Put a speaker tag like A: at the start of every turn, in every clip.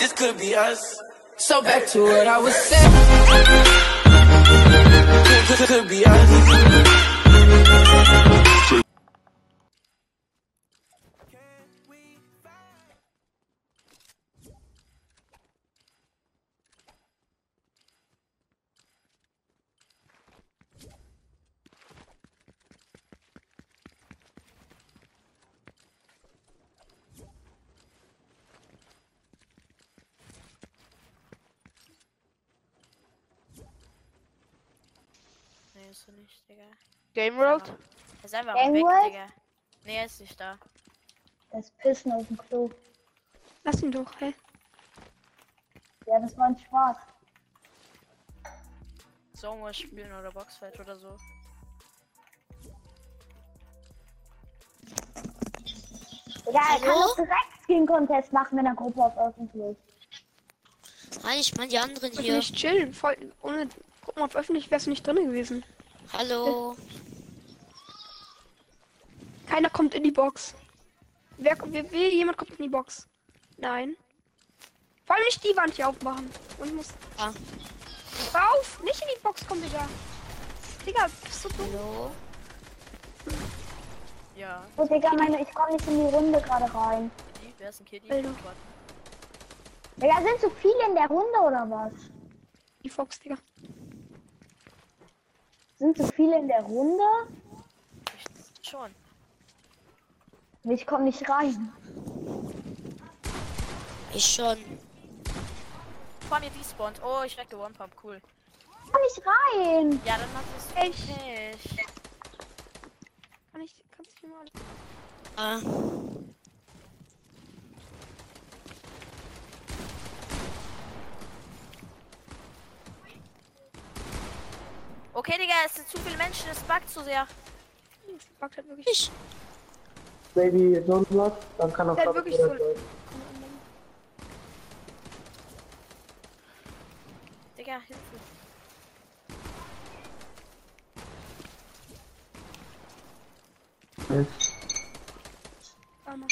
A: This could be us.
B: So back to what I was saying.
A: Could, could, could be us.
C: Nee, ist er nicht, Digga.
D: Game World?
C: Er ist einfach
E: Gang
C: weg,
E: World?
C: Digga. Nee, er ist nicht da.
E: Das Pissen auf dem Klo.
F: Lass ihn doch, hä?
E: Ja, das war ein Spaß.
C: Sommer um spielen oder Boxfight oder so.
E: Egal, er kann
G: Hallo?
E: doch direkt Skin Contest machen, wenn er Gruppe auf öffentlich.
G: Nein, ich meine die anderen
F: Würde
G: hier.
F: nicht chillen. Voll, ohne, guck mal, auf öffentlich wärst du nicht drin gewesen.
G: Hallo.
F: Keiner kommt in die Box. Wer, wer, wer jemand kommt in die Box? Nein. Vor allem nicht die Wand hier aufmachen. Und muss.
G: Ah.
F: Hör auf! Nicht in die Box kommen, Digga! Digga, bist du dumm?
G: Hallo.
C: Ja,
E: So, Digga, meine, ich komme nicht in die Runde gerade rein.
C: die, wer ist ein Kitty?
F: Hallo.
C: Warte.
E: Digga, sind zu viele in der Runde oder was?
F: Die Fox, Digga.
E: Sind zu viele in der Runde?
C: Ich, schon.
E: Ich komme nicht rein.
G: Ich schon.
C: Vor mir despawned. Oh, ich wecke One Pump, cool.
E: Ich komm nicht rein.
C: Ja, dann mach das
F: Echt?
C: nicht.
F: Kann ich. Kannst du mir mal.
G: Ah.
C: Okay, Digga, es sind zu viele Menschen, es buggt zu sehr.
F: Das buggt halt wirklich.
G: Ich.
H: Baby so was, dann kann auch
F: Der hat
H: Doppel-
F: halt wirklich so-
H: sein.
C: Digga, Hilfe.
F: Ah, Mann.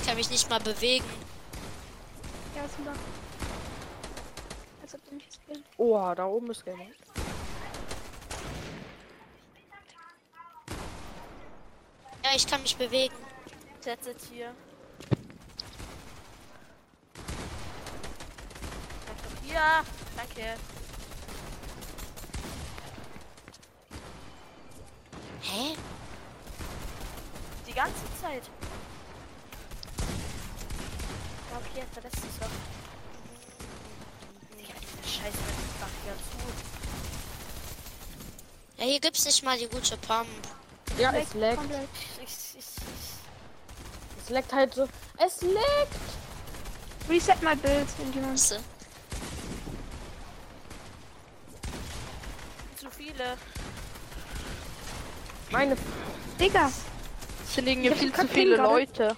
G: Ich kann mich nicht mal bewegen.
F: Ja, ist ein Bug. Als ob du mich jetzt will.
D: Oha, da oben ist Game World.
G: Ja, ich kann mich bewegen.
C: Tettet hier. Bleib doch hier. Danke.
G: Hä?
C: Die ganze Zeit. Ja, okay, jetzt verlässt es doch. Digga, diese Scheiße, das macht ja zu.
G: Ja, hier gibt's nicht mal die gute Pump.
D: Ja, es leckt.
F: Komplett.
C: Ich, ich, ich.
D: Es leckt halt so. Es leckt!
F: Reset my build, irgendjemand.
G: Weißt du?
C: Zu viele.
D: Meine
F: Digga!
D: Es liegen hier
F: Ja,
D: viel
F: kann
D: zu viele
F: kriegen gerade.
D: Leute.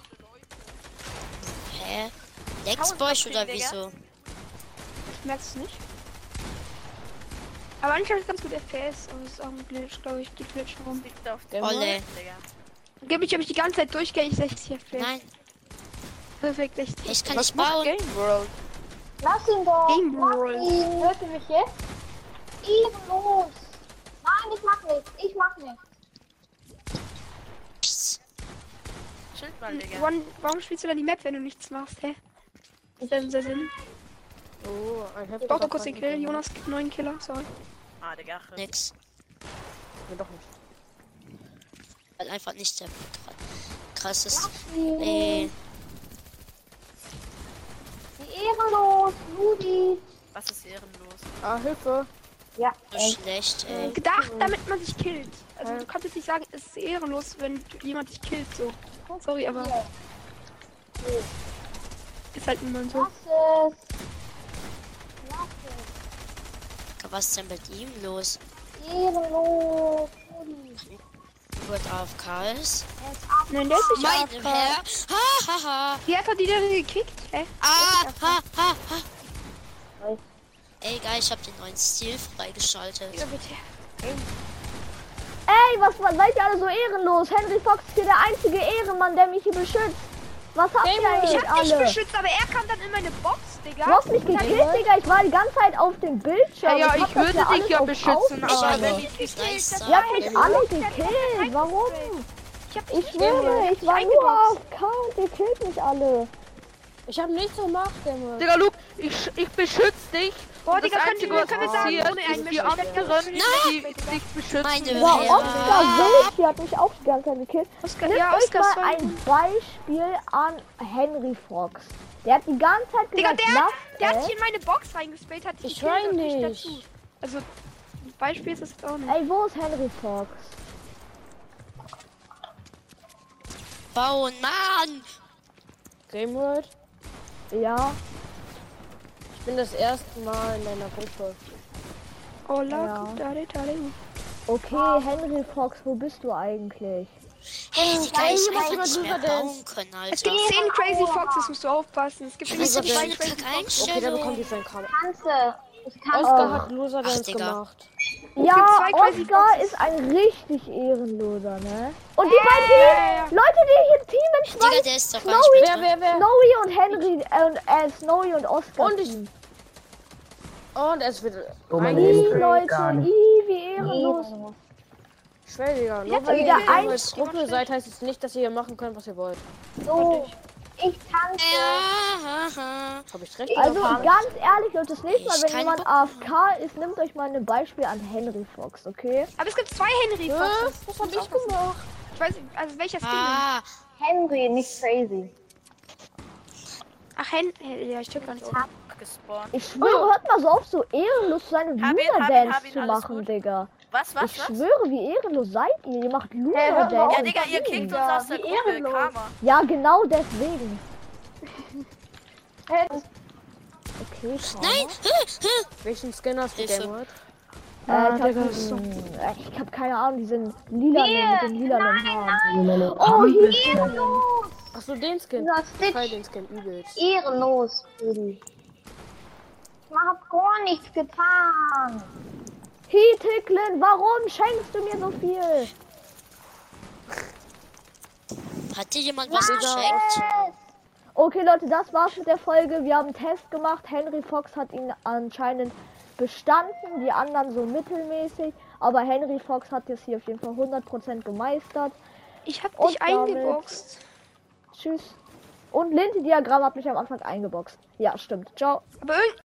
G: Hä? Lex bei euch oder
C: Digga.
G: wieso?
F: Merkst du nicht? Aber eigentlich habe ich ganz gut FPS, aber es ist auch ein Glitch, glaube ich, die glitchen rum.
C: Liegt auf
D: Der
C: dem
G: Olle.
C: Mond, Digga.
F: Gebe ich, habe ich die ganze Zeit durchgängig 60 FPS.
G: Nein,
F: Perfekt 60.
G: ich kann
D: Was
G: nicht
D: macht
G: bauen.
D: Game World?
E: Lass ihn doch.
F: Game
E: Lass
F: Rules.
E: ihn. Hört ihr mich jetzt? Eben los. Nein, ich mach nichts. Ich mach nichts.
G: Psst.
C: Schild mal, Digga.
F: Warum, warum spielst du dann die Map, wenn du nichts machst, hä? Ist das unser Sinn?
D: Oh, ein heftiger
F: Ich brauche kurz den
D: Feind.
F: Kill. Jonas gibt neuen Killer, sorry.
C: Ah, Digga. ach,
G: Nix.
D: Nee, doch nicht.
G: Weil einfach nicht der krass ist. Nee.
E: Die ehrenlos. Ludi.
C: Was ist ehrenlos?
D: Ah, Hilfe.
E: Ja,
G: So
E: ey.
G: schlecht, ey.
F: Gedacht, damit man sich killt. Also du kannst jetzt nicht sagen, es ist ehrenlos, wenn jemand dich killt, so. Sorry, aber
E: Hier.
F: ist halt niemand so.
E: Lass es. Lass
G: Was ist denn mit ihm los?
E: es. Ehrenlos. Ludi.
G: Wird AFK ist?
E: Er ist ab.
F: Nein, der ist nicht
G: Oh Mein
F: AFK.
G: Herr! Ha ha ha!
F: Wie hat er die denn gekickt, hä?
G: Ah, ha, ha, ha.
E: Was?
G: Ey, geil, ich hab den neuen Stil freigeschaltet.
F: Ja, bitte.
E: Ey, was, was seid ihr alle so ehrenlos? Henry Fox ist hier der einzige Ehrenmann, der mich hier beschützt. Was habt ihr
F: Ich
E: eigentlich
F: hab dich
E: alle?
F: beschützt, aber er kam dann in meine Box, Digga.
E: Du hast mich gekillt, Digga. Ich war die ganze Zeit auf dem
D: Ja,
E: Bildschirm.
D: ja,
E: hab
D: ich
E: das
D: würde
E: hier
D: dich
E: alles
D: ja
E: auf
D: beschützen,
E: Aufnahme.
D: aber-
G: Oh, wenn ich nicht nice
E: Ihr habt
G: sage.
E: mich alle gekillt. Warum?
F: Ich hab dich
E: Ich
F: nicht gekillt.
E: schwöre, ich war nur auf Count. Ihr killt mich alle.
I: Ich hab nichts gemacht, Junge.
B: Digga, Luke, ich, ich beschütze dich.
F: Boah,
B: Und
F: Digga,
B: das
F: können
B: Einzige,
F: wir-
B: was
F: können wir sagen,
B: passiert,
F: ohne Ne? einen
B: ist die
F: Menschen
B: anderen,
F: Ah!
B: die dich beschützen.
G: Meine
E: Boah,
G: Herren.
E: Oscar Wilk hier hat mich auch die ganze Zeit gekillt.
F: Oscar-
E: Nehmt
F: ja,
E: euch
F: Oscar
E: mal
F: Sonnen.
E: ne? ein Beispiel an Henry Fox. Der hat die ganze Zeit
F: Digga,
E: gesagt,
F: der,
E: lasst
F: der hat
E: es.
F: sich in meine Box reingespelt, hat
I: Ich
F: gekillt
I: weiß
F: und mich
I: nicht.
F: dazu. Also, ein Beispiel ist es auch nicht.
E: Ey, wo ist Henry Fox?
G: Bauen, Mann!
I: Game World.
E: Ja,
I: Ich bin das erste Mal in deiner Gruppe.
F: Oh, ja. dare, dare.
E: okay, Henry Fox, wo bist du eigentlich?
G: Hey, Digga, ich
I: was
G: hätte
I: über
G: nicht mehr
I: Dürre
G: bauen können,
F: Es
G: Alter.
F: gibt 10 Crazy Foxes, musst du aufpassen. Es gibt
G: Wieso hab ich
F: zwei
G: eine
I: Okay, der
G: Kack-Einstellung?
I: bekommt jetzt ein Kamera.
E: Ah. Tanze. Ich kann
I: Oscar hat Loser
G: Ach,
I: Dance
G: Digga.
I: gemacht.
E: Ja,
F: zwei Crazy
E: Oscar
F: Foxes.
E: ist ein richtig ehrenloser, ne? Und die beiden hier, Leute, die hier teamen,
G: Digga,
E: schmeißen
G: der ist doch gar
E: Snowy,
G: nicht
I: Wer, wer, wer?
E: Snowy und Henry, äh, und, äh, Snowy und Oscar.
I: Und ich.
E: teamen.
I: Und es wird.
H: Oh, mein
I: ein-
H: Leben.
E: Ih, Leute, ih, wie ehrenlos.
I: Schwer, Digga. Nur
F: hab
I: weil
E: wieder
I: ihr in einer
E: eins-
I: Gruppe seid, heißt es nicht, dass ihr hier machen könnt, was ihr wollt.
E: So, ich tanze.
G: Ja,
I: Hab ich recht?
E: Also
I: oder?
E: ganz ehrlich, Leute, das nächste Mal,
G: Ich
E: wenn
G: kann
E: jemand AFK ist, nehmt euch mal ein Beispiel an Henry Fox, okay?
F: Aber es gibt zwei Henry Foxes.
I: was hab ich gemacht?
F: Ich weiß nicht, also welcher Skin. denn?
G: ah,
E: Henry, nicht crazy.
F: Ach, Henry. Ja, ich check gar nicht.
C: Gespawnt.
E: Ich schwöre, hört mal so auf, so ehrenlos seine
C: Oh. hab ihn,
E: Luna
C: hab ihn, hab
E: Dance
C: ihn,
E: zu
C: alles
E: machen,
C: gut.
E: Digga.
C: Was, was,
E: ich
C: was?
E: schwöre, wie ehrenlos seid ihr? Ihr macht Luna
D: hört mal
E: Dance.
C: Ja, Digga, ihr kickt uns aus der Gruppe. Karma.
E: Ja, genau deswegen. Okay, komm.
G: nein!
I: Welchen Skin hast du,
G: Hilfe.
I: Game World?
E: Äh, ich, hab, diesen- äh, ich hab keine Ahnung, die sind lila mit den lilanen Haaren.
H: Oh, hier.
I: Achso, den Skin.
E: Dieser Stitch.
I: Teil den Skin übelst.
E: Ehrenlos,
J: Ich hab gar nichts getan.
E: Hey Ticklin, warum schenkst du mir so viel?
G: Hat dir jemand was geschenkt?
E: Okay Leute, das war's mit der Folge. Wir haben einen Test gemacht. Henry Fox hat ihn anscheinend bestanden, die anderen so mittelmäßig. Aber Henry Fox hat es hier auf jeden Fall 100% gemeistert.
F: Ich hab
E: Und
F: dich
E: damit-
F: eingeboxt.
E: Tschüss. Und Lindy Diagramm hat mich am Anfang eingeboxt. Ja, stimmt. Ciao.
F: Aber irgend